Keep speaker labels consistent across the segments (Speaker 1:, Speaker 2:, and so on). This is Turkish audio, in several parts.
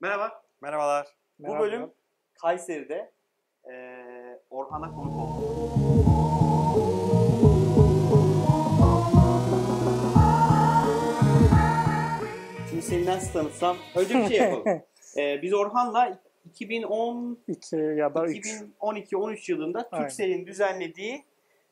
Speaker 1: Merhaba.
Speaker 2: Merhabalar.
Speaker 1: Bu bölüm Kayseri'de eee Orhan'a konuk oldu. Şimdi seni nasıl tanıtsam? Önce bir şey yapalım. Eee, biz Orhan'la 2010
Speaker 3: 2 ya da 3.
Speaker 1: 2012-13 yılında
Speaker 3: Aynen.
Speaker 1: Türkcell'in düzenlediği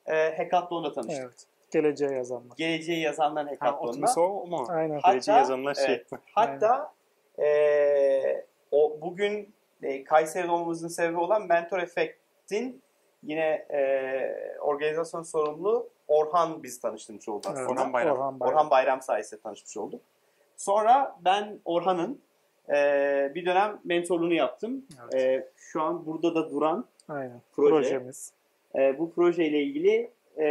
Speaker 1: eee Hekatlon'da tanıştık.
Speaker 3: Evet. Geleceğe yazanlar.
Speaker 1: Geleceği yazanlar
Speaker 2: Ha, oturma
Speaker 1: Hekatlon'da.
Speaker 2: soğuk ama.
Speaker 3: Aynen.
Speaker 1: Hatta-
Speaker 2: Geleceği yazanlar şey.
Speaker 1: Evet. Hatta eee, o bugün e, Kayseri'de olmamızın sebebi olan Mentor Effect'in yine eee, organizasyon sorumlu Orhan bizi tanıştırmış oldu aslında.
Speaker 3: Evet.
Speaker 2: Orhan Bayram.
Speaker 3: Orhan Bayram.
Speaker 1: Orhan Bayram sayesinde tanışmış olduk. Sonra ben Orhan'ın eee, bir dönem mentorluğunu yaptım.
Speaker 2: Evet.
Speaker 1: Eee, şu an burada da duran
Speaker 3: Aynen.
Speaker 1: proje.
Speaker 3: Projemiz.
Speaker 1: Ee, bu projeyle ilgili e,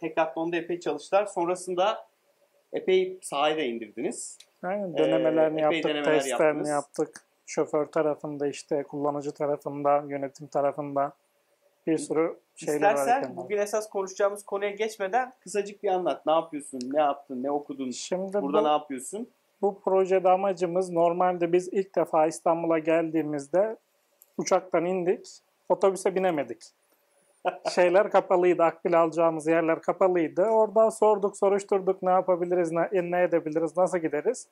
Speaker 1: Hackathon'da epey çalıştılar. Sonrasında epey sahaya da indirdiniz.
Speaker 3: Aynen.
Speaker 1: Ee,
Speaker 3: Denemelerini
Speaker 1: epey
Speaker 3: yaptık,
Speaker 1: denemeler
Speaker 3: testlerini
Speaker 1: yaptınız.
Speaker 3: yaptık. Şoför tarafında işte, kullanıcı tarafında, yönetim tarafında bir sürü şeyler
Speaker 1: İstersen
Speaker 3: var.
Speaker 1: bugün esas konuşacağımız konuya geçmeden kısacık bir anlat. Ne yapıyorsun, ne yaptın, ne okudun,
Speaker 3: Şimdi
Speaker 1: burada
Speaker 3: bu-
Speaker 1: ne yapıyorsun?
Speaker 3: Bu projede amacımız normalde biz ilk defa İstanbul'a geldiğimizde uçaktan indik, otobüse binemedik. Şeyler kapalıydı, akbil alacağımız yerler kapalıydı. Oradan sorduk, soruşturduk ne yapabiliriz, ne, e, ne edebiliriz, nasıl gideriz.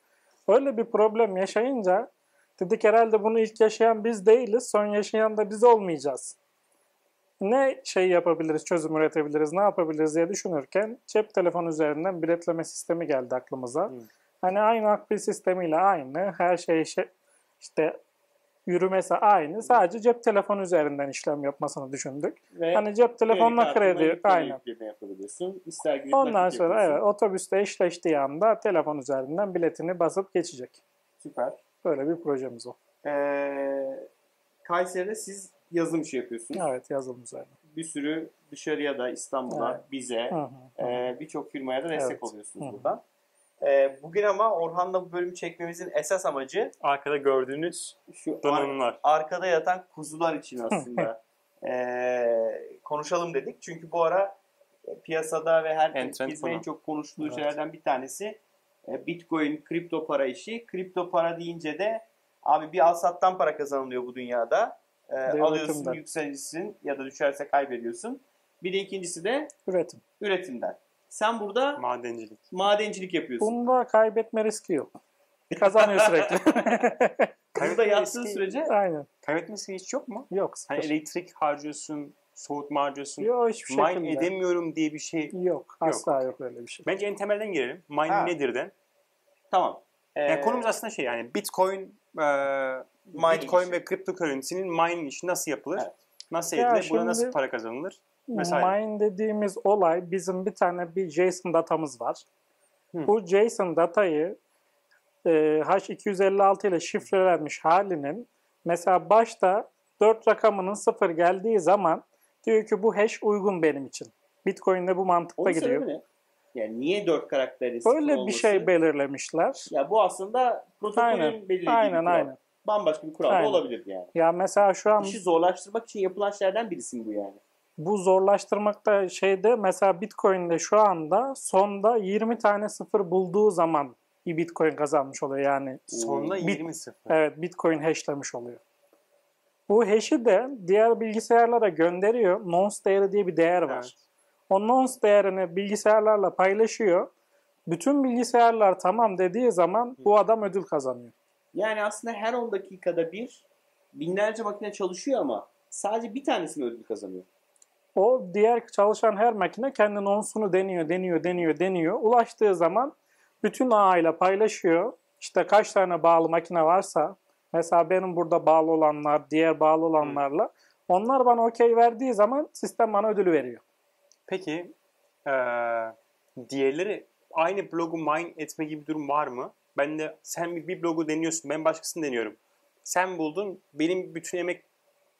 Speaker 3: Öyle bir problem yaşayınca dedik herhalde bunu ilk yaşayan biz değiliz, son yaşayan da biz olmayacağız. Ne şey yapabiliriz, çözüm üretebiliriz, ne yapabiliriz diye düşünürken cep telefonu üzerinden biletleme sistemi geldi aklımıza. Hani aynı akbil sistemiyle aynı. Her şey, şey işte yürümesi aynı. Sadece cep telefonu üzerinden işlem yapmasını düşündük.
Speaker 1: Ve
Speaker 3: Hani cep telefonla
Speaker 1: kartına
Speaker 3: kredi
Speaker 1: yükleme
Speaker 3: aynen.
Speaker 1: yükleme yapabiliyorsun. İster gidip
Speaker 3: Ondan
Speaker 1: nakit
Speaker 3: sonra evet
Speaker 1: yapıyorsun.
Speaker 3: otobüste eşleştiği anda telefon üzerinden biletini basıp geçecek.
Speaker 1: Süper.
Speaker 3: Böyle bir projemiz o.
Speaker 1: Ee, Kayseri'de siz yazım işi yapıyorsunuz.
Speaker 3: Evet yazılım üzerine.
Speaker 1: Bir sürü dışarıya da İstanbul'a, bize,
Speaker 3: Hı hı.
Speaker 1: Ee, birçok firmaya da destek
Speaker 3: Evet.
Speaker 1: oluyorsunuz
Speaker 3: Hı hı.
Speaker 1: buradan. Ee, bugün ama Orhan'la bu bölümü çekmemizin esas amacı
Speaker 2: Arkada gördüğünüz
Speaker 1: şu ar-
Speaker 2: donanımlar.
Speaker 1: arkada yatan kuzular için aslında Ee, konuşalım dedik. Çünkü bu ara e, piyasada ve her
Speaker 2: Entrant
Speaker 1: bizim en
Speaker 2: falan.
Speaker 1: çok konuştuğu
Speaker 3: Evet.
Speaker 1: şeylerden bir tanesi e, Bitcoin, kripto para işi. Kripto para deyince de abi bir alsattan para kazanılıyor bu dünyada. Ee,
Speaker 3: Devletimden.
Speaker 1: alıyorsun, yükselirsin ya da düşerse kaybediyorsun. Bir de ikincisi de
Speaker 3: Üretim.
Speaker 1: üretimden. Sen burada
Speaker 2: Madencilik.
Speaker 1: madencilik yapıyorsun.
Speaker 3: Bunda kaybetme riski yok. Kazanıyor sürekli.
Speaker 1: Burada yattığın
Speaker 2: riski-
Speaker 1: sürece
Speaker 3: Aynen.
Speaker 2: Kaybetmesi hiç yok mu?
Speaker 3: Yok.
Speaker 2: Hani
Speaker 3: sıfır.
Speaker 2: elektrik harcıyorsun, soğutma harcıyorsun.
Speaker 3: Yok şey hiçbir
Speaker 2: mine
Speaker 3: şekilde.
Speaker 2: edemiyorum diye bir şey.
Speaker 3: Yok. Asla yok öyle bir şey.
Speaker 2: Bence en temelden girelim. Mine
Speaker 1: Ha.
Speaker 2: nedirden?
Speaker 1: tamam. Ee,
Speaker 2: Yani konumuz aslında şey yani Bitcoin, e,
Speaker 1: Mining
Speaker 2: Bitcoin
Speaker 1: işi.
Speaker 2: ve cryptocurrency'nin mining işi nasıl yapılır?
Speaker 1: Evet.
Speaker 2: Nasıl
Speaker 3: Ya
Speaker 2: edilir? Buna
Speaker 3: şimdi-
Speaker 2: nasıl para kazanılır? Mesela-
Speaker 3: Mine dediğimiz olay bizim bir tane bir JSON datamız var.
Speaker 2: Hı.
Speaker 3: Bu JSON datayı e, H256 ile şifrelenmiş halinin mesela başta 4 rakamının 0 geldiği zaman diyor ki bu hash uygun benim için. Bitcoin'de bu mantıkla
Speaker 1: onun
Speaker 3: gidiyor.
Speaker 1: sebebi ne? Yani niye dört karakteri sıfır
Speaker 3: Böyle bir
Speaker 1: olması?
Speaker 3: şey belirlemişler.
Speaker 1: Ya bu aslında protokolün
Speaker 3: Aynen.
Speaker 1: belirlediği bir
Speaker 3: Aynen
Speaker 1: kural.
Speaker 3: aynen.
Speaker 1: Bambaşka bir kural da
Speaker 3: Aynen.
Speaker 1: olabilirdi yani.
Speaker 3: Ya mesela şu an
Speaker 1: İşi zorlaştırmak için yapılan şeylerden birisi bu yani.
Speaker 3: bu zorlaştırmakta şeyde mesela Bitcoin'de şu anda sonda 20 tane sıfır bulduğu zaman bir Bitcoin kazanmış oluyor yani
Speaker 2: Sonunda
Speaker 3: Bit-
Speaker 2: 20 sıfır.
Speaker 3: Evet Bitcoin hashlemiş oluyor. Bu hash'i de diğer bilgisayarlara gönderiyor. Nonce değeri diye bir değer var.
Speaker 2: Evet.
Speaker 3: O nonce değerini bilgisayarlarla paylaşıyor. Bütün bilgisayarlar tamam dediği zaman bu adam ödül kazanıyor.
Speaker 1: Yani aslında her 10 dakikada bir binlerce makine çalışıyor ama sadece bir tanesini ödül kazanıyor.
Speaker 3: O diğer çalışan her makine kendi nonce'unu deniyor, deniyor, deniyor, deniyor. Ulaştığı zaman bütün ağ ile paylaşıyor. İşte kaç tane bağlı makine varsa mesela benim burada bağlı olanlar, diğer bağlı olanlarla onlar bana okey verdiği zaman sistem bana ödülü veriyor.
Speaker 2: Peki e, diğerleri aynı blogu mine etme gibi bir durum var mı? Ben de sen bir, bir blogu deniyorsun ben başkasını deniyorum. Sen buldun benim bütün emek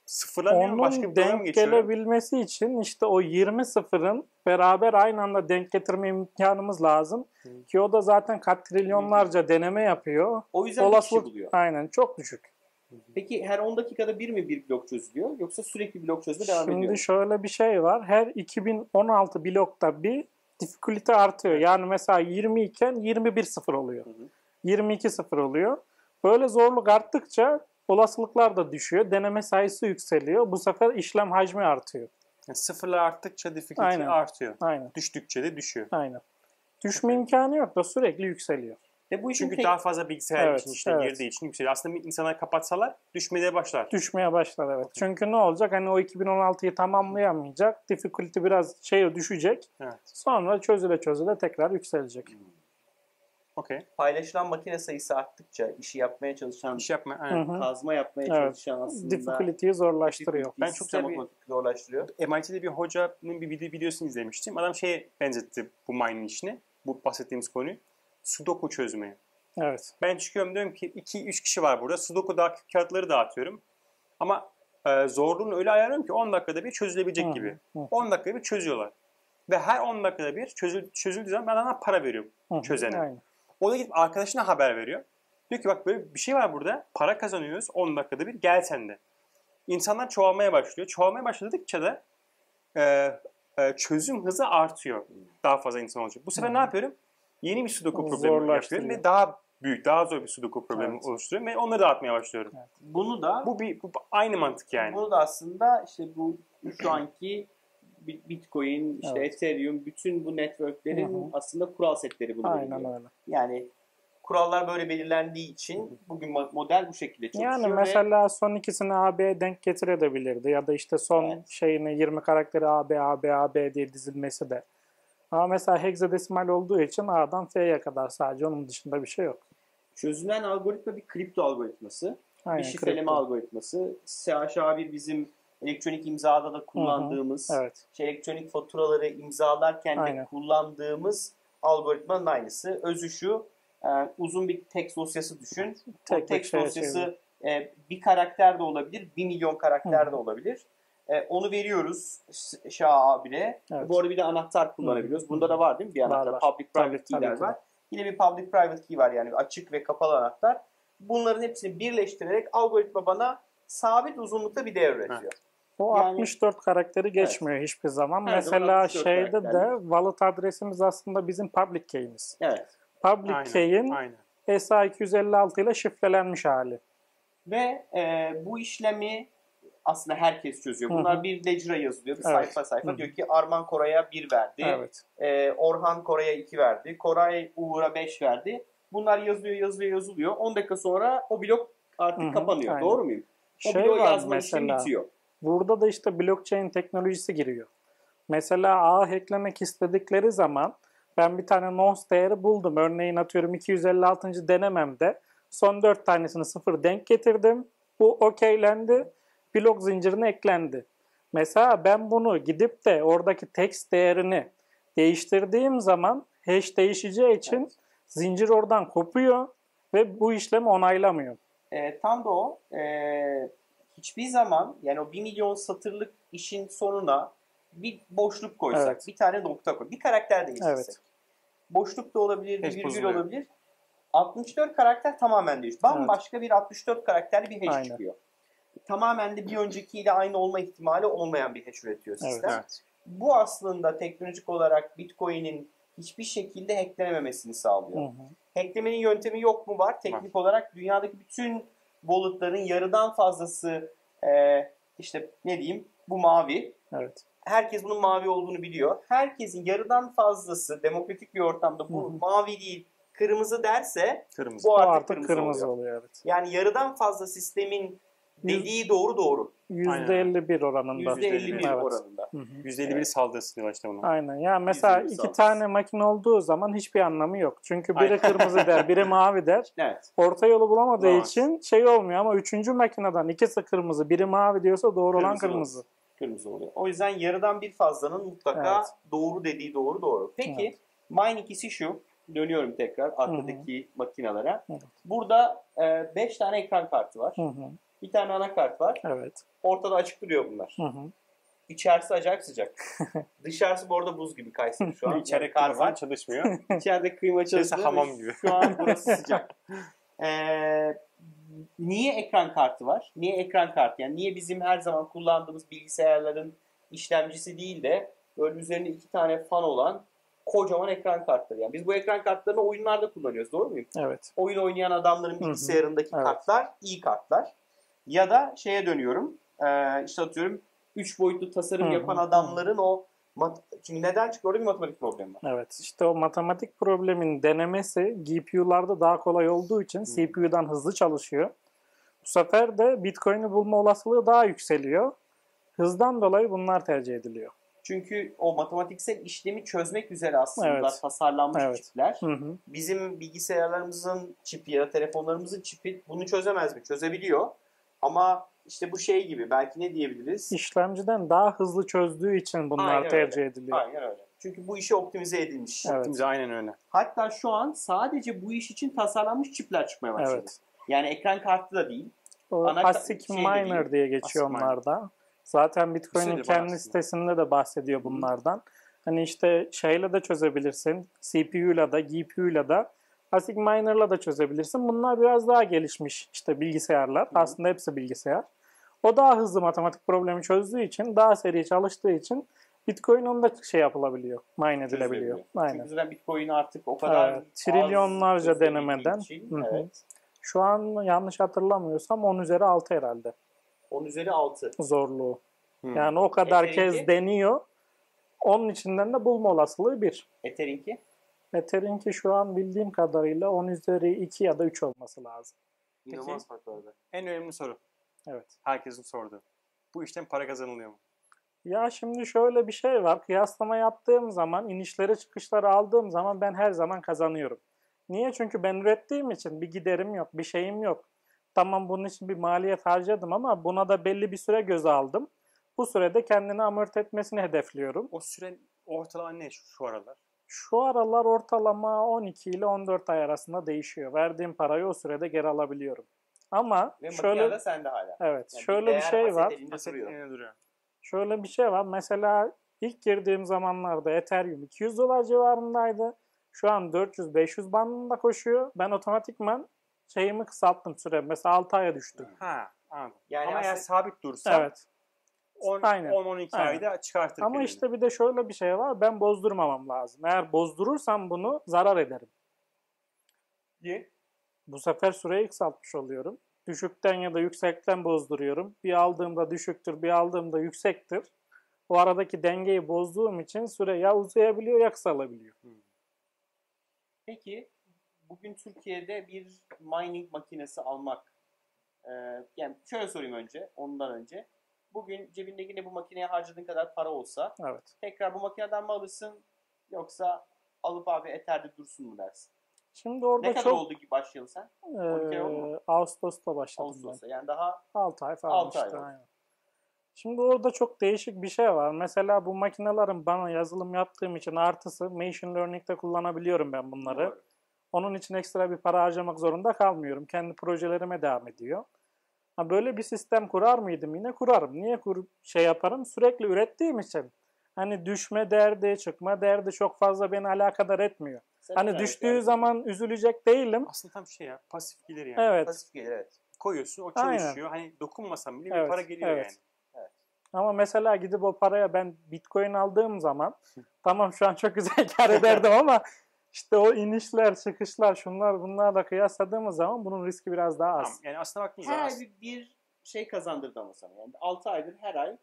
Speaker 2: sıfırlanıyor mu?
Speaker 3: Onun
Speaker 2: başka bir dönem
Speaker 3: denk
Speaker 2: geçiyorum.
Speaker 3: gelebilmesi için işte o 20 sıfırın beraber aynı anda denk getirme imkanımız lazım.
Speaker 2: Hı.
Speaker 3: Ki o da zaten kat trilyonlarca deneme yapıyor.
Speaker 1: O yüzden bir kişi
Speaker 3: Olasılık
Speaker 1: buluyor.
Speaker 3: aynen çok düşük.
Speaker 1: Peki her 10 dakikada bir mi bir blok çözülüyor yoksa sürekli blok çözme devam
Speaker 3: Şimdi
Speaker 1: ediyor? mu?
Speaker 3: şöyle bir şey var. Her 2016 blokta bir difficulty artıyor. Yani mesela 20 iken 21 sıfır oluyor.
Speaker 1: Hı hı.
Speaker 3: 22 sıfır oluyor. Böyle zorluk arttıkça olasılıklar da düşüyor. Deneme sayısı yükseliyor. Bu sefer işlem hacmi artıyor.
Speaker 2: Yani sıfırlar arttıkça difficulty
Speaker 3: Aynen.
Speaker 2: artıyor.
Speaker 3: Aynen.
Speaker 2: Düştükçe de düşüyor.
Speaker 3: Aynen. Düşme imkanı yok da sürekli yükseliyor.
Speaker 1: Ve E bu işin
Speaker 2: Çünkü
Speaker 1: tek-
Speaker 2: daha fazla bilgisayar
Speaker 3: Evet,
Speaker 2: için işte
Speaker 3: evet.
Speaker 2: girdiği için yükseliyor. Aslında insanlar kapatsalar düşmeye başlar.
Speaker 3: Düşmeye başlar evet. Çünkü ne olacak? Hani o 2016'yı tamamlayamayacak. Difficulty biraz şey düşecek.
Speaker 2: Evet.
Speaker 3: Sonra çözüle çözüle tekrar yükselecek.
Speaker 2: Okey.
Speaker 1: paylaşılan makine sayısı arttıkça işi yapmaya çalışan,
Speaker 2: İş yapma.
Speaker 3: Hı
Speaker 2: Aynen.
Speaker 3: hı.
Speaker 1: kazma yapmaya
Speaker 3: Evet.
Speaker 1: çalışan aslında
Speaker 3: Difficulty'yi zorlaştırıyor.
Speaker 1: Ben
Speaker 2: Ben
Speaker 1: çok
Speaker 2: çok güzel bir-
Speaker 1: sistem zorlaştırıyor.
Speaker 2: MIT'de bir hocanın bir video, videosunu izlemiştim. Adam şeye benzetti bu mining işini. Bu bahsettiğimiz konuyu. Sudoku çözmeye.
Speaker 3: Evet.
Speaker 2: Ben çıkıyorum diyorum ki 2-3 kişi var burada. Sudoku da kağıtları dağıtıyorum. Ama e, zorluğunu öyle ayarlıyorum ki 10 dakikada bir çözülebilecek
Speaker 3: Hı hı,
Speaker 2: gibi.
Speaker 3: hı.
Speaker 2: 10 dakikada bir çözüyorlar. Ve her 10 dakikada bir çözül, çözüldüğü zaman ben adama para veriyorum.
Speaker 3: Hı hı,
Speaker 2: Çözene.
Speaker 3: Aynen.
Speaker 2: O da gidip arkadaşına haber veriyor. Diyor ki bak böyle bir şey var burada. Para kazanıyoruz 10 dakikada bir gel sen de. İnsanlar çoğalmaya başlıyor. Çoğalmaya başladıkça da e, e, çözüm hızı artıyor. Daha fazla insan olacak. Bu sefer ne yapıyorum? Yeni bir sudoku problemi yapıyorum
Speaker 3: Zorlaştırıyor.
Speaker 2: ve daha büyük, daha zor bir sudoku problemi
Speaker 3: Evet.
Speaker 2: oluşturuyorum ve onları dağıtmaya başlıyorum.
Speaker 1: Bunu da
Speaker 2: Bu bir bu aynı mantık yani.
Speaker 1: Bunu da aslında işte bu şu anki bi- Bitcoin, işte
Speaker 3: Evet.
Speaker 1: Ethereum, bütün bu networklerin
Speaker 3: Hı hı.
Speaker 1: aslında kural setleri bunu
Speaker 3: Aynen
Speaker 1: belirliyor.
Speaker 3: öyle.
Speaker 1: Yani kurallar böyle belirlendiği için bugün mo- model bu şekilde çalışıyor.
Speaker 3: Yani
Speaker 1: ve
Speaker 3: mesela son ikisini AB'ye denk getirebilirdi ya da işte son
Speaker 1: Evet.
Speaker 3: şeyini 20 karakteri AB, AB, AB diye dizilmesi de. Ama mesela hexadesimal olduğu için A'dan F'ye kadar sadece onun dışında bir şey yok.
Speaker 1: çözülen algoritma bir kripto algoritması,
Speaker 3: Aynen,
Speaker 1: bir şifreleme
Speaker 3: kripto.
Speaker 1: algoritması. SHA-1 bizim elektronik imzada da kullandığımız,
Speaker 3: Evet.
Speaker 1: işte elektronik faturaları imzalarken de
Speaker 3: Aynen.
Speaker 1: kullandığımız algoritmanın aynısı. Özü şu, e, uzun bir text dosyası düşün. tek,
Speaker 3: Tek tek
Speaker 1: tek
Speaker 3: şeye
Speaker 1: dosyası e, bir karakter de olabilir, bir milyon karakter de olabilir. E, onu veriyoruz S- Şah abine.
Speaker 3: Evet.
Speaker 1: Bu arada bir de anahtar kullanabiliyoruz. Bunda da var değil mi bir
Speaker 3: Var,
Speaker 1: anahtar?
Speaker 3: var.
Speaker 1: Public private
Speaker 3: Tabii,
Speaker 1: key'ler
Speaker 3: tabii ki
Speaker 1: var. Yine bir public private key var yani açık ve kapalı anahtar. Bunların hepsini birleştirerek algoritma bana sabit uzunlukta bir değer üretiyor.
Speaker 3: O
Speaker 1: Yani-
Speaker 3: 64 karakteri geçmiyor hiçbir zaman.
Speaker 1: Her zaman
Speaker 3: mesela
Speaker 1: 64
Speaker 3: şeyde
Speaker 1: karakterli.
Speaker 3: de wallet adresimiz aslında bizim public key'imiz.
Speaker 1: Evet.
Speaker 3: Public
Speaker 2: Aynen.
Speaker 3: key'in
Speaker 2: Aynen.
Speaker 3: SA256 ile şifrelenmiş hali.
Speaker 1: Ve e, bu işlemi aslında herkes çözüyor.
Speaker 3: Hı hı.
Speaker 1: Bunlar bir ledger'a yazılıyor. Bir
Speaker 3: Evet.
Speaker 1: sayfa sayfa.
Speaker 3: Hı hı.
Speaker 1: Diyor ki Arman Koray'a 1 verdi.
Speaker 3: Evet.
Speaker 1: Ee, Orhan Koray'a 2 verdi. Koray Uğur'a 5 verdi. Bunlar yazılıyor, yazılıyor, yazılıyor. 10 dakika sonra o blok artık
Speaker 3: Hı hı,
Speaker 1: kapanıyor.
Speaker 3: aynen.
Speaker 1: Doğru muyum? O
Speaker 3: Şey
Speaker 1: blok
Speaker 3: var
Speaker 1: yazma işlemi
Speaker 3: mesela.
Speaker 1: bitiyor.
Speaker 3: Burada da işte blockchain teknolojisi giriyor. Mesela ağı hacklemek istedikleri zaman ben bir tane nonce değeri buldum. Örneğin atıyorum 256. denememde son 4 tanesini sıfır denk getirdim. Bu okeylendi. Blok zincirine eklendi. Mesela ben bunu gidip de oradaki text değerini değiştirdiğim zaman hash değişeceği için zincir oradan kopuyor ve bu işlemi onaylamıyor.
Speaker 1: Ee, tam da o. ee, hiçbir zaman yani o 1 milyon satırlık işin sonuna bir boşluk koysak,
Speaker 3: Evet.
Speaker 1: bir tane nokta koy, bir karakter değiştirsek.
Speaker 3: Evet.
Speaker 1: Boşluk da olabilir, bir
Speaker 2: Hash
Speaker 1: virgül
Speaker 2: bozuluyor.
Speaker 1: olabilir. 64 karakter tamamen değişiyor. Bambaşka bir 64 karakterli bir hash
Speaker 3: Aynen.
Speaker 1: çıkıyor. Tamamen de bir öncekiyle aynı olma ihtimali olmayan bir hash üretiyor
Speaker 3: Evet.
Speaker 1: sistem.
Speaker 2: Evet.
Speaker 1: Bu aslında teknolojik olarak Bitcoin'in hiçbir şekilde hacklenememesini sağlıyor.
Speaker 3: Hı hı.
Speaker 1: Hacklemenin yöntemi yok mu var? Teknik olarak dünyadaki bütün wallet'ların yarıdan fazlası e, işte ne diyeyim bu mavi.
Speaker 3: Evet.
Speaker 1: Herkes bunun mavi olduğunu biliyor. Herkesin yarıdan fazlası demokratik bir ortamda bu
Speaker 3: Hı hı.
Speaker 1: mavi değil kırmızı derse
Speaker 2: Kırmızı.
Speaker 1: bu
Speaker 3: Bu
Speaker 1: artık,
Speaker 3: artık
Speaker 1: kırmızı,
Speaker 3: kırmızı,
Speaker 1: oluyor.
Speaker 3: oluyor evet.
Speaker 1: Yani yarıdan fazla sistemin
Speaker 3: Yüz-
Speaker 1: dediği doğru doğru.
Speaker 3: %51 oranında.
Speaker 1: %51
Speaker 3: Evet.
Speaker 1: oranında.
Speaker 3: Hı hı.
Speaker 2: %51 saldırısı diyorlar işte buna.
Speaker 3: Aynen. Ya mesela
Speaker 1: %51
Speaker 3: iki
Speaker 1: sağlık.
Speaker 3: tane makine olduğu zaman hiçbir anlamı yok. Çünkü biri
Speaker 2: Aynen.
Speaker 3: kırmızı der, biri mavi der.
Speaker 1: Evet.
Speaker 3: Orta yolu bulamadığı
Speaker 2: Bulamaz.
Speaker 3: için şey olmuyor ama üçüncü makineden ikisi kırmızı, biri mavi diyorsa doğru olan
Speaker 1: Kırmızı
Speaker 3: kırmızı.
Speaker 1: kırmızı oluyor. O yüzden yarıdan bir fazlanın mutlaka
Speaker 3: Evet.
Speaker 1: doğru dediği doğru doğru. Peki
Speaker 3: Evet.
Speaker 1: mine ikisi şu. Dönüyorum tekrar arkadaki makinalara.
Speaker 3: Evet.
Speaker 1: Burada 5 tane ekran kartı var.
Speaker 3: Hı hı.
Speaker 1: Bir tane anakart var.
Speaker 3: Evet.
Speaker 1: Ortada açık duruyor bunlar.
Speaker 3: Hı hı.
Speaker 1: İçerisi acayip sıcak. Dışarısı bu arada buz gibi Kayseri şu an.
Speaker 2: İçeride
Speaker 1: İçeride
Speaker 2: kar
Speaker 1: kar
Speaker 2: falan
Speaker 1: var.
Speaker 2: çalışmıyor.
Speaker 1: İçeride kıyma
Speaker 2: İçerisi
Speaker 1: çalışıyor.
Speaker 2: hamam gibi.
Speaker 1: Şu an burası sıcak. Ee, niye ekran kartı var? Niye ekran kartı? Yani niye bizim her zaman kullandığımız bilgisayarların işlemcisi değil de böyle üzerine iki tane fan olan kocaman ekran kartları. Yani biz bu ekran kartlarını oyunlarda kullanıyoruz doğru muyum?
Speaker 3: Evet.
Speaker 1: Oyun oynayan adamların
Speaker 3: hı.
Speaker 1: bilgisayarındaki
Speaker 3: Evet.
Speaker 1: kartlar iyi kartlar. Ya da şeye dönüyorum. Ee, işte atıyorum 3 boyutlu tasarım
Speaker 3: Hı hı.
Speaker 1: yapan adamların o mat- çünkü neden çıkıyor? Orada bir matematik problemi var.
Speaker 3: Evet. İşte o matematik problemin denemesi GPU'larda daha kolay olduğu için
Speaker 1: Hmm.
Speaker 3: CPU'dan hızlı çalışıyor. Bu sefer de Bitcoin'i bulma olasılığı daha yükseliyor. Hızdan dolayı bunlar tercih ediliyor.
Speaker 1: Çünkü o matematiksel işlemi çözmek üzere aslında
Speaker 3: Evet.
Speaker 1: tasarlanmış
Speaker 3: Evet.
Speaker 1: çipler.
Speaker 3: Hı hı.
Speaker 1: Bizim bilgisayarlarımızın çipi ya da telefonlarımızın çipi bunu çözemez mi? Çözebiliyor. Ama işte bu şey gibi belki ne diyebiliriz?
Speaker 3: İşlemciden daha hızlı çözdüğü için bunlar
Speaker 1: Aynen öyle.
Speaker 3: tercih ediliyor.
Speaker 1: Aynen öyle. Çünkü bu işe optimize edilmiş.
Speaker 3: Evet.
Speaker 2: Bize aynen öyle.
Speaker 1: Hatta şu an sadece bu iş için tasarlanmış çipler çıkmaya başladı.
Speaker 3: Evet.
Speaker 1: Yani ekran kartı da değil.
Speaker 3: O
Speaker 1: Ana-
Speaker 3: ASIC
Speaker 1: şey de
Speaker 3: miner
Speaker 1: değil.
Speaker 3: diye geçiyor
Speaker 2: ASIC miner.
Speaker 3: onlarda. Zaten
Speaker 1: şey
Speaker 3: Bitcoin'in
Speaker 2: İkisi de
Speaker 3: kendi
Speaker 2: bayağı aslında.
Speaker 3: sitesinde de bahsediyor bunlardan. Hani işte şeyle de çözebilirsin. CPU'la da, GPU'la da, ASIC miner'la da çözebilirsin. Bunlar biraz daha gelişmiş işte bilgisayarlar. Aslında hepsi bilgisayar. O daha hızlı matematik problemi çözdüğü için, daha seri çalıştığı için Bitcoin onda şey yapılabiliyor, mine edilebiliyor. Aynen.
Speaker 1: Çünkü zaten Bitcoin artık o kadar
Speaker 3: Evet,
Speaker 1: az
Speaker 3: trilyonlarca
Speaker 1: hızlı büyüdüğü
Speaker 3: denemeden.
Speaker 1: için,
Speaker 3: Hı hı.
Speaker 1: evet.
Speaker 3: Şu an yanlış hatırlamıyorsam 10 üzeri 6 herhalde
Speaker 1: 10 üzeri 6.
Speaker 3: zorluğu.
Speaker 2: Hı.
Speaker 3: Yani o kadar
Speaker 1: Ethereum'ki?
Speaker 3: kez deniyor. Onun içinden de bulma olasılığı bir.
Speaker 1: Ether'inki
Speaker 3: Ether'in ki şu an bildiğim kadarıyla 10 üzeri 2 ya da 3 olması lazım.
Speaker 1: inanılmaz fark vardı.
Speaker 2: En önemli soru.
Speaker 3: Evet.
Speaker 2: Herkesin sorduğu. Bu işten para kazanılıyor mu?
Speaker 3: Ya şimdi şöyle bir şey var. Kıyaslama yaptığım zaman, inişleri çıkışları aldığım zaman ben her zaman kazanıyorum. Niye? Çünkü ben ürettiğim için bir giderim yok, bir şeyim yok. Tamam bunun için bir maliyet harcadım ama buna da belli bir süre göze aldım. Bu sürede kendini amorti etmesini hedefliyorum.
Speaker 2: O süre ortalama ne şu, şu aralar?
Speaker 3: Şu aralar ortalama 12 ile 14 ay arasında değişiyor. Verdiğim parayı o sürede geri alabiliyorum. Ama
Speaker 1: Ve Şöyle,
Speaker 3: şöyle
Speaker 1: makinede sende hala.
Speaker 3: evet,
Speaker 1: Yani
Speaker 3: şöyle bir
Speaker 1: değer
Speaker 3: şey
Speaker 1: aset
Speaker 3: var.
Speaker 1: elinde
Speaker 2: Aset
Speaker 1: duruyor.
Speaker 2: yine duruyor.
Speaker 3: Şöyle bir şey var. Mesela ilk girdiğim zamanlarda Ethereum 200 dolar civarındaydı. Şu an 400-500 bandında koşuyor. Ben otomatikman şeyimi kısalttım süre. Mesela 6 aya düştü.
Speaker 2: Ha anladım.
Speaker 1: Yani
Speaker 2: Ama eğer
Speaker 1: aslında-
Speaker 2: sabit durursa
Speaker 3: Evet.
Speaker 2: 10,
Speaker 3: Aynen.
Speaker 2: 10-12
Speaker 3: Aynen.
Speaker 2: ayda çıkartır.
Speaker 3: Ama
Speaker 2: kendini.
Speaker 3: işte bir de şöyle bir şey var. Ben bozdurmamam lazım. Eğer bozdurursam bunu zarar ederim.
Speaker 2: Ye.
Speaker 3: Bu sefer süreyi kısaltmış oluyorum. Düşükten ya da yüksekten bozduruyorum. Bir aldığımda düşüktür, bir aldığımda yüksektir. O aradaki dengeyi bozduğum için süre ya uzayabiliyor ya kısalabiliyor.
Speaker 1: Peki bugün Türkiye'de bir mining makinesi almak e, yani şöyle sorayım önce ondan önce. Bugün cebinde yine bu makineye harcadığın kadar para olsa
Speaker 3: Evet.
Speaker 1: tekrar bu makineden mi alırsın yoksa alıp abi Ether'de dursun mu dersin?
Speaker 3: Şimdi orada
Speaker 1: Ne kadar
Speaker 3: çok
Speaker 1: oldu ki başlayalım sen? on iki ay oldu
Speaker 3: e, Ağustos'ta başladım ben.
Speaker 1: Ağustos'ta. Yani daha
Speaker 3: 6 ay falan
Speaker 1: Altı ay
Speaker 3: işte,
Speaker 1: oldu.
Speaker 3: aynen. Şimdi orada çok değişik bir şey var. Mesela bu makinelerin bana yazılım yaptığım için artısı machine learning'de kullanabiliyorum ben bunları.
Speaker 1: Doğru.
Speaker 3: Onun için ekstra bir para harcamak zorunda kalmıyorum. Kendi projelerime devam ediyor. Ha böyle bir sistem kurar mıydım? Yine kurarım. Niye kur şey yaparım? Sürekli ürettiğim için. Hani düşme derdi, çıkma derdi çok fazla beni alakadar etmiyor.
Speaker 1: Sen
Speaker 3: Hani
Speaker 1: karar
Speaker 3: düştüğü
Speaker 1: ver.
Speaker 3: zaman üzülecek değilim.
Speaker 2: Aslında tam şey ya pasif gelir yani.
Speaker 3: Evet.
Speaker 1: Pasif gelir evet.
Speaker 2: Koyuyorsun o
Speaker 3: Aynen.
Speaker 2: çalışıyor. Hani dokunmasan bile
Speaker 3: Evet,
Speaker 2: bir para geliyor
Speaker 3: evet.
Speaker 2: yani.
Speaker 3: Ama mesela gidip o paraya ben Bitcoin aldığım zaman tamam şu an çok güzel kar ederdim ama işte o inişler, çıkışlar, şunlar bunlarla kıyasladığımız zaman bunun riski biraz daha
Speaker 2: Tamam.
Speaker 3: az.
Speaker 2: Yani aslına baktığınız
Speaker 1: Her
Speaker 2: zaman
Speaker 1: ay
Speaker 2: aslında-
Speaker 1: bir, bir şey kazandırdı ama sana. Yani 6 aydır her ay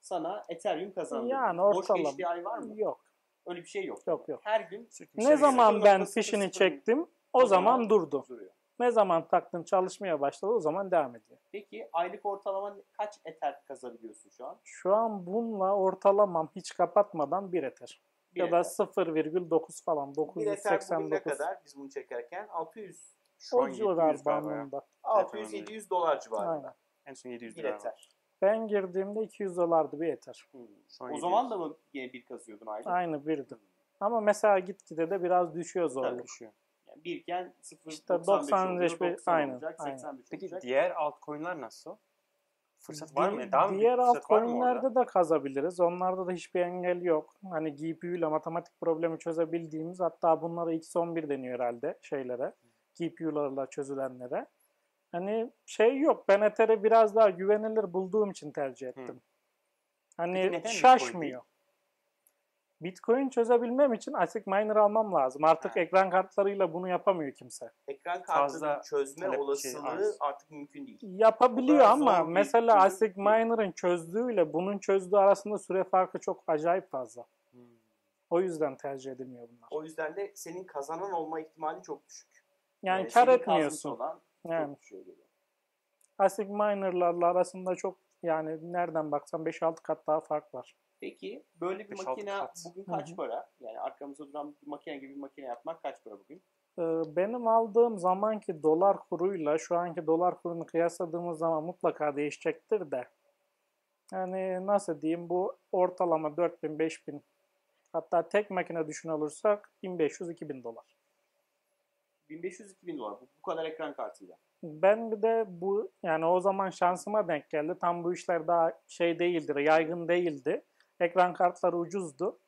Speaker 1: sana Ethereum kazandırdı.
Speaker 3: Yani
Speaker 1: Boş
Speaker 3: ortalama.
Speaker 1: geçtiği ay var mı?
Speaker 3: Yok,
Speaker 1: Öyle bir şey yok.
Speaker 3: yok, yok.
Speaker 1: Her gün
Speaker 2: Sürekli bir
Speaker 3: Ne
Speaker 2: şey geliyor.
Speaker 3: zaman ben
Speaker 1: 0.00
Speaker 3: fişini çektim o
Speaker 1: O zaman
Speaker 3: zaman durdu.
Speaker 1: duruyor.
Speaker 3: Ne zaman taktım çalışmaya başladı o zaman devam ediyor.
Speaker 1: Peki aylık ortalama kaç Ether kazanıyorsun şu an?
Speaker 3: Şu an bununla ortalamam hiç kapatmadan 1 eter.
Speaker 1: Bir
Speaker 3: ya da
Speaker 1: Ether.
Speaker 3: 0,9 falan
Speaker 1: Bir Ether bugün ne
Speaker 3: 989.
Speaker 1: kadar biz bunu çekerken? 600
Speaker 2: Şu an
Speaker 3: O
Speaker 2: 700
Speaker 3: civar
Speaker 2: galiba ya.
Speaker 3: bandında.
Speaker 1: 600-700 dolar civarında.
Speaker 3: Aynen.
Speaker 2: En son 700
Speaker 1: Bir
Speaker 2: lira. var.
Speaker 1: Ether.
Speaker 3: Ben girdiğimde 200 dolardı bir eter.
Speaker 1: Hı.
Speaker 2: Şu an
Speaker 1: O
Speaker 2: 700.
Speaker 1: zaman da mı yine bir kazıyordun aylık?
Speaker 3: Aynı birdi. Ama mesela gitgide de biraz düşüyor
Speaker 1: Tabii.
Speaker 3: zorluk.
Speaker 2: Düşüyor.
Speaker 1: Yani birken 0
Speaker 3: İşte 95
Speaker 1: olacak, 90
Speaker 3: aynen,
Speaker 1: olacak,
Speaker 3: aynen.
Speaker 1: 85
Speaker 2: Peki
Speaker 1: olacak.
Speaker 2: diğer altcoin'ler nasıl? Fırsat var mı? Yani Daha mı
Speaker 3: Diğer
Speaker 2: büyük fırsat var mı orada?
Speaker 3: altcoin'lerde de kazabiliriz. Onlarda da hiçbir engel yok. Hani GPU ile matematik problemi çözebildiğimiz hatta bunlara X11 deniyor herhalde şeylere. GPU'larla çözülenlere. Hani şey yok. Ben Ether'e biraz daha güvenilir bulduğum için tercih ettim.
Speaker 2: Hı.
Speaker 3: Hani
Speaker 2: Peki neden Bitcoin
Speaker 3: şaşmıyor. Bitcoin çözebilmem için ASIC miner almam lazım. Artık
Speaker 1: Ha.
Speaker 3: ekran kartlarıyla bunu yapamıyor kimse.
Speaker 1: Ekran kartını
Speaker 2: Fazla
Speaker 1: çözme
Speaker 2: talep
Speaker 1: olasılığı
Speaker 2: şey az.
Speaker 1: artık mümkün değil.
Speaker 3: Yapabiliyor
Speaker 1: O da
Speaker 3: ama
Speaker 1: zor bir
Speaker 3: mesela
Speaker 1: çözüm
Speaker 3: ASIC
Speaker 1: değil.
Speaker 3: miner'ın çözdüğüyle bunun çözdüğü arasında süre farkı çok acayip fazla.
Speaker 2: Hmm.
Speaker 3: O yüzden tercih edilmiyor bunlar.
Speaker 1: O yüzden de senin kazanan olma ihtimali çok düşük.
Speaker 3: Yani
Speaker 1: Ee,
Speaker 3: kar
Speaker 1: senin kazmış
Speaker 3: etmiyorsun.
Speaker 1: Olan
Speaker 3: Yani
Speaker 1: çok düşüyor geliyor.
Speaker 3: ASIC miner'larla arasında çok yani nereden baksan 5-6 kat daha fark var.
Speaker 1: Peki böyle bir
Speaker 2: Beş, altı
Speaker 1: makine
Speaker 2: kat.
Speaker 1: bugün
Speaker 3: Hı hı.
Speaker 1: kaç para? Yani arkamızda duran bir makine gibi bir makine yapmak kaç para bugün?
Speaker 3: Ee, Benim aldığım zamanki dolar kuruyla şu anki dolar kurunu kıyasladığımız zaman mutlaka değişecektir de. Yani nasıl diyeyim bu ortalama 4000-5000 hatta tek makine düşün olursak 1500-2000 dolar.
Speaker 1: 1500-2000 dolar. Bu, bu kadar ekran kartıyla.
Speaker 3: Ben bir de bu yani o zaman şansıma denk geldi. Tam bu işler daha şey değildi, yaygın değildi. Ekran kartları ucuzdu.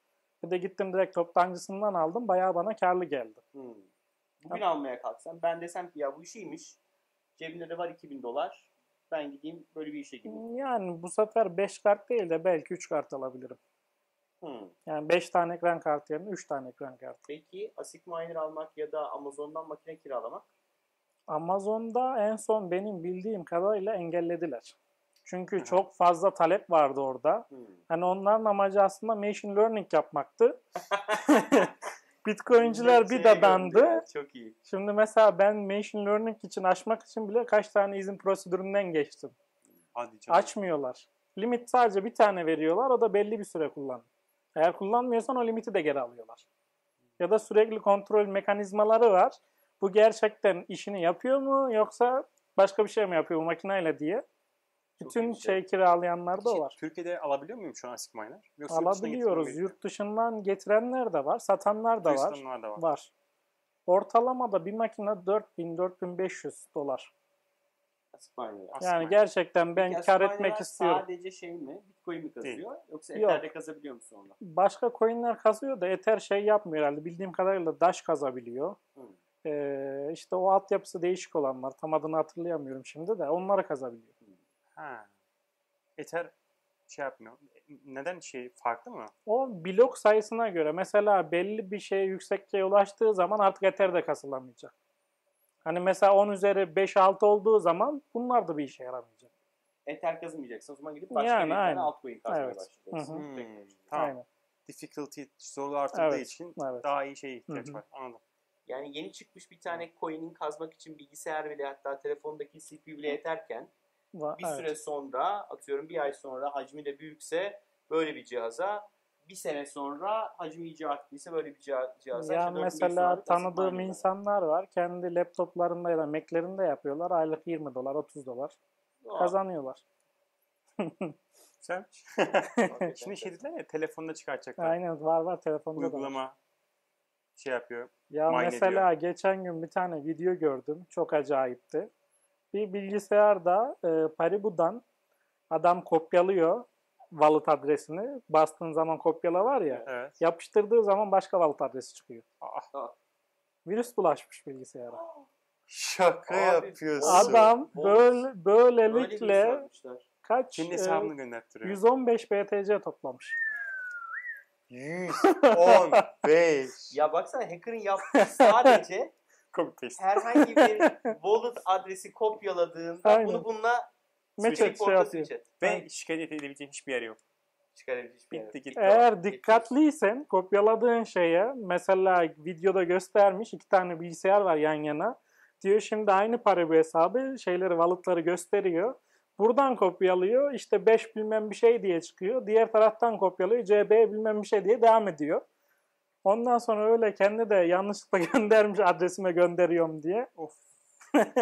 Speaker 3: Bir de gittim direkt toptancısından aldım. Bayağı bana karlı geldi.
Speaker 1: Hmm. Bugün almaya kalksam ben desem ki ya bu işiymiş. Cebimde de var 2000 dolar. Ben gideyim böyle bir işe gireyim.
Speaker 3: Yani bu sefer 5 kart değil de belki 3 kart alabilirim.
Speaker 1: Hmm.
Speaker 3: Yani 5 tane ekran kartı yerine 3 tane ekran kartı.
Speaker 1: Peki ASIC miner almak ya da Amazon'dan makine kiralamak
Speaker 3: Amazon'da en son benim bildiğim kadarıyla engellediler. Çünkü
Speaker 1: Aha.
Speaker 3: çok fazla talep vardı orada.
Speaker 1: hmm.
Speaker 3: Hani onların amacı aslında machine learning yapmaktı. Bitcoin'ciler bir
Speaker 1: Şeye
Speaker 3: dadandı.
Speaker 1: gönderdi. Çok iyi.
Speaker 3: Şimdi mesela ben machine learning için açmak için bile kaç tane izin prosedüründen geçtim.
Speaker 2: Hadi canım.
Speaker 3: Açmıyorlar. Limit sadece bir tane veriyorlar. O da belli bir süre kullan. Eğer kullanmıyorsan o limiti de geri alıyorlar. Ya da sürekli kontrol mekanizmaları var. Bu gerçekten işini yapıyor mu yoksa başka bir şey mi yapıyor bu makineyle diye.
Speaker 1: Çok
Speaker 3: Bütün
Speaker 1: güzel.
Speaker 3: şey kiralayanlar da var.
Speaker 2: Türkiye'de alabiliyor muyum şu an Asik Miner? Yoksa yurt dışına
Speaker 3: Alabiliyoruz.
Speaker 2: getirmem
Speaker 3: Yurt dışından getirenler de var, satanlar da
Speaker 2: gerekiyor? Yurt
Speaker 3: var.
Speaker 2: dışından da var.
Speaker 3: Var. Ortalamada bir makine 4000-4500 dolar.
Speaker 1: ASIC miner.
Speaker 2: Asik
Speaker 3: Yani
Speaker 2: Miner.
Speaker 3: gerçekten ben
Speaker 1: Peki
Speaker 3: kar
Speaker 1: Asik
Speaker 3: etmek
Speaker 1: miner'lar
Speaker 3: istiyorum.
Speaker 1: Sadece şey mi? Bitcoin mi kazıyor? Yoksa
Speaker 3: Yok.
Speaker 1: Ether'de kazabiliyor musun onu?
Speaker 3: Başka coinler kazıyor da Ether şey yapmıyor herhalde. Bildiğim kadarıyla Dash kazabiliyor.
Speaker 2: Hmm.
Speaker 1: Hı.
Speaker 3: Ee, işte o altyapısı değişik olanlar. Tam adını hatırlayamıyorum şimdi de. Onlara kazabiliyor.
Speaker 2: Ha. Ether şey yapmıyor. Neden şey farklı mı?
Speaker 3: O blok sayısına göre mesela belli bir şeye yüksekliğe ulaştığı zaman artık Ether de kasılamayacak. Hani mesela 10 üzeri 5-6 olduğu zaman bunlar da bir işe yaramayacak.
Speaker 1: Ether kazımayacaksın. O zaman gidip başka
Speaker 3: Yani
Speaker 1: bir tane
Speaker 3: aynen.
Speaker 1: altcoin kazmaya
Speaker 3: Evet.
Speaker 1: başlayacaksın.
Speaker 3: Hı
Speaker 2: hı.
Speaker 1: Peki.
Speaker 2: Hmm. Tamam.
Speaker 3: Aynen.
Speaker 2: Difficulty zorluğu artırdığı
Speaker 3: Evet,
Speaker 2: için
Speaker 3: evet.
Speaker 2: daha iyi şey ihtiyaç
Speaker 3: Hı hı.
Speaker 2: var. Anladım.
Speaker 1: Yani yeni çıkmış bir tane coin'in kazmak için bilgisayar bile hatta telefondaki CPU bile yeterken
Speaker 3: Va-
Speaker 1: bir
Speaker 3: evet.
Speaker 1: süre sonra atıyorum bir ay sonra hacmi de büyükse böyle bir cihaza bir sene sonra hacmi iyice arttıysa böyle bir ciha- cihaza.
Speaker 3: Ya
Speaker 1: işte dört bin
Speaker 3: mesela
Speaker 1: dolarlık ASIC
Speaker 3: tanıdığım
Speaker 1: miner'lar.
Speaker 3: insanlar var. Kendi laptoplarında ya da Mac'lerinde yapıyorlar. Aylık 20 dolar, 30 dolar
Speaker 1: Aa,
Speaker 3: kazanıyorlar.
Speaker 2: Güzelmiş.
Speaker 1: hakikaten
Speaker 2: Şimdi şey
Speaker 1: kazan-
Speaker 2: dediler ya telefonda çıkartacaklar.
Speaker 3: Aynen var var telefonda da var.
Speaker 2: Uygulama şey yapıyor.
Speaker 3: Ya
Speaker 2: Mine
Speaker 3: mesela geçen gün bir tane video gördüm. Çok acayipti. Bir bilgisayarda e, Paribu'dan adam kopyalıyor wallet adresini. Bastığın zaman kopyala var ya.
Speaker 2: Evet.
Speaker 3: Yapıştırdığı zaman başka wallet adresi çıkıyor.
Speaker 2: Aa,
Speaker 3: Virüs bulaşmış bilgisayara.
Speaker 2: şaka
Speaker 1: Abi,
Speaker 2: yapıyorsun.
Speaker 3: Adam
Speaker 1: Olmuş.
Speaker 3: böyle
Speaker 1: Böyle bir şey
Speaker 3: böylelikle
Speaker 1: yapmışlar.
Speaker 3: kaç
Speaker 2: Kendi
Speaker 3: e,
Speaker 2: hesabını gönderttiriyor.
Speaker 3: 115 BTC toplamış.
Speaker 2: 115.
Speaker 1: Ya baksana hacker'ın yaptığı sadece
Speaker 2: Copy-paste.
Speaker 1: herhangi bir wallet adresi kopyaladığında
Speaker 3: Aynen.
Speaker 1: bunu bununla
Speaker 3: Match
Speaker 1: switch
Speaker 3: et şey
Speaker 1: portla
Speaker 3: yapıyor.
Speaker 1: switch et.
Speaker 2: Ve şikayet edebileceğin hiçbir yer yok.
Speaker 1: Çıkarabilecek bir yer.
Speaker 2: Bitti gitti.
Speaker 3: Eğer dikkatliysen kopyaladığın şeye mesela videoda göstermiş iki tane bilgisayar var yan yana. Diyor şimdi aynı para bu hesabı şeyleri valutları gösteriyor. Buradan kopyalıyor işte 5 bilmem bir şey diye çıkıyor. Diğer taraftan kopyalıyor CB bilmem bir şey diye devam ediyor. Ondan sonra öyle kendi de yanlışlıkla göndermiş adresime gönderiyorum diye.
Speaker 2: Of. ben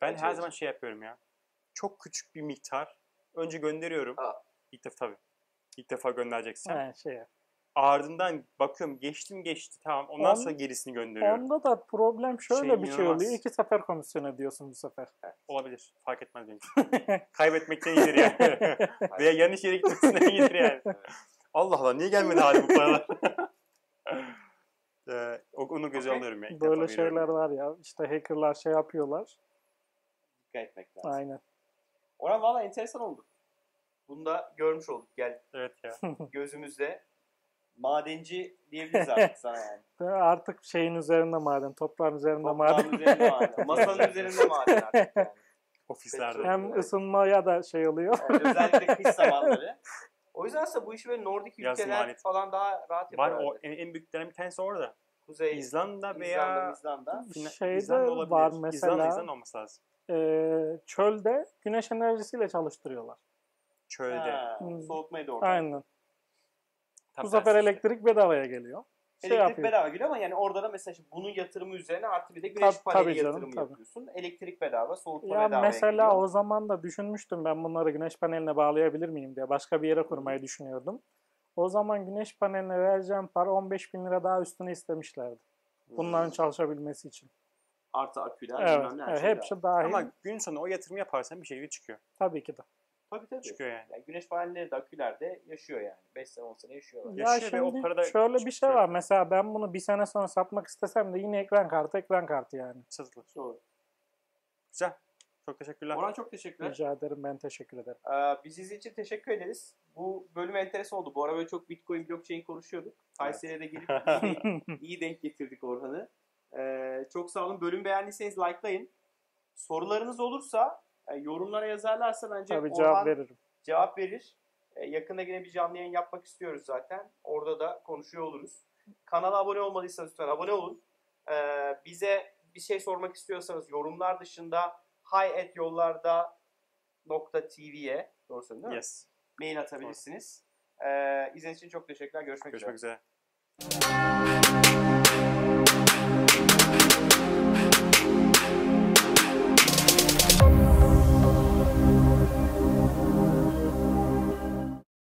Speaker 2: her
Speaker 1: Acayip.
Speaker 2: zaman şey yapıyorum ya. Çok küçük bir miktar. Önce gönderiyorum.
Speaker 1: Aa.
Speaker 2: İlk defa tabii. İlk defa göndereceksen.
Speaker 3: Yani şey.
Speaker 2: Ardından bakıyorum geçtim geçti tamam. Ondan
Speaker 3: On-
Speaker 2: sonra gerisini gönderiyorum.
Speaker 3: Onda da problem şöyle
Speaker 2: Şey
Speaker 3: bir şey
Speaker 2: inanılmaz.
Speaker 3: oluyor. İki sefer komisyon ödüyorsun bu sefer.
Speaker 2: Olabilir. Fark etmez benim için. Kaybetmekten iyidir yani. Veya yanlış yere gitmesinden iyidir yani. Allah Allah niye gelmedi hali bu paralar? Ee, o- onu göze
Speaker 1: Okey.
Speaker 2: alıyorum ya. İlk
Speaker 3: Böyle
Speaker 2: defa görüyorum.
Speaker 3: şeyler var ya. İşte hackerlar şey yapıyorlar.
Speaker 1: Dikkat etmek lazım.
Speaker 3: Aynen.
Speaker 1: Orhan valla enteresan oldu. Bunu da görmüş olduk. Gel
Speaker 2: Evet ya.
Speaker 1: gözümüzle Madenci diyebiliriz artık sana yani.
Speaker 3: Artık şeyin üzerinde maden, toprağın üzerinde maden.
Speaker 1: Toprağın üzerinde maden. Masanın üzerinde maden artık yani.
Speaker 2: Ofislerde.
Speaker 1: Peki.
Speaker 3: Hem ısınmaya da şey oluyor.
Speaker 1: Evet, özellikle kış zamanları. O yüzden aslında bu işi böyle Nordik
Speaker 2: Yaz
Speaker 1: ülkeler
Speaker 2: maliyeti.
Speaker 1: falan daha rahat
Speaker 2: Var
Speaker 1: yapar.
Speaker 2: o en, en büyüklerden bir tanesi orada.
Speaker 1: Kuzey, İzlanda,
Speaker 2: İzlanda
Speaker 1: İzlanda,
Speaker 2: veya
Speaker 1: İzlanda.
Speaker 2: Fina-
Speaker 3: Şeyde
Speaker 2: İzlanda olabilir.
Speaker 3: var
Speaker 2: İzlanda,
Speaker 3: mesela-
Speaker 2: İzlanda olması lazım.
Speaker 3: Ee, çölde güneş enerjisiyle çalıştırıyorlar.
Speaker 2: Çölde.
Speaker 1: Ha,
Speaker 3: Hmm.
Speaker 1: soğutmayı da orada.
Speaker 3: Aynen.
Speaker 2: Tam
Speaker 3: Bu sefer
Speaker 2: tersi.
Speaker 3: elektrik bedavaya geliyor. Şey
Speaker 1: Elektrik
Speaker 3: yapıyor.
Speaker 1: bedava geliyor ama yani orada da mesela şimdi bunun yatırımı üzerine artı bir de güneş
Speaker 3: Tabii-
Speaker 1: paneli
Speaker 3: tabii canım,
Speaker 1: yatırımı
Speaker 3: tabii.
Speaker 1: yapıyorsun. Elektrik bedava, soğutma
Speaker 3: Ya
Speaker 1: bedava.
Speaker 3: mesela
Speaker 1: geliyor.
Speaker 3: o zaman da düşünmüştüm ben bunları güneş paneline bağlayabilir miyim diye. Başka bir yere kurmayı düşünüyordum. O zaman güneş paneline vereceğim para 15 bin lira daha üstüne istemişlerdi. Bunların çalışabilmesi için.
Speaker 1: Hmm. artı aküler,
Speaker 3: Evet,
Speaker 1: bilmem ne her
Speaker 3: evet
Speaker 1: şey
Speaker 3: hepsi dahil.
Speaker 2: Ama gün sonu o yatırımı yaparsan bir şekilde çıkıyor.
Speaker 3: Tabii ki de.
Speaker 1: Tabii tabii.
Speaker 2: Çıkıyor yani.
Speaker 1: Yani güneş panelleri de aküler de yaşıyor yani. 5 sene 10 sene yaşıyorlar.
Speaker 3: Ya
Speaker 2: Yaşıyor ve o
Speaker 3: şimdi
Speaker 2: para da
Speaker 3: şöyle bir şey
Speaker 2: çıkıyor.
Speaker 3: var. Mesela ben bunu bir sene sonra satmak istesem de yine ekran kartı ekran kartı yani.
Speaker 2: Satılır.
Speaker 1: Doğru.
Speaker 2: Güzel. Çok teşekkürler.
Speaker 1: Orhan çok teşekkürler.
Speaker 3: Rica ederim ben teşekkür ederim.
Speaker 1: Ee, bizi izlediğiniz için teşekkür ederiz. Bu bölüm enteresan oldu. Bu ara böyle çok Bitcoin, blockchain konuşuyorduk. Kayseri'ye de gelip iyi denk- iyi denk getirdik Orhan'ı. Ee, çok sağ olun. Bölüm beğendiyseniz likelayın. Sorularınız olursa, yani yorumlara yazarlarsa bence
Speaker 3: Tabii
Speaker 1: Orhan
Speaker 3: cevap veririm.
Speaker 1: cevap verir. E, yakında yine bir canlı yayın yapmak istiyoruz zaten. Orada da konuşuyor oluruz. Kanala abone olmadıysanız lütfen abone olun. E, bize bir şey sormak istiyorsanız yorumlar dışında hi@yollarda.tv'ye doğru söyledim değil mi?
Speaker 2: Yes.
Speaker 1: Mail Ee, atabilirsiniz. E, izlediğiniz için çok teşekkürler. Görüşmek üzere.
Speaker 2: Görüşmek üzere.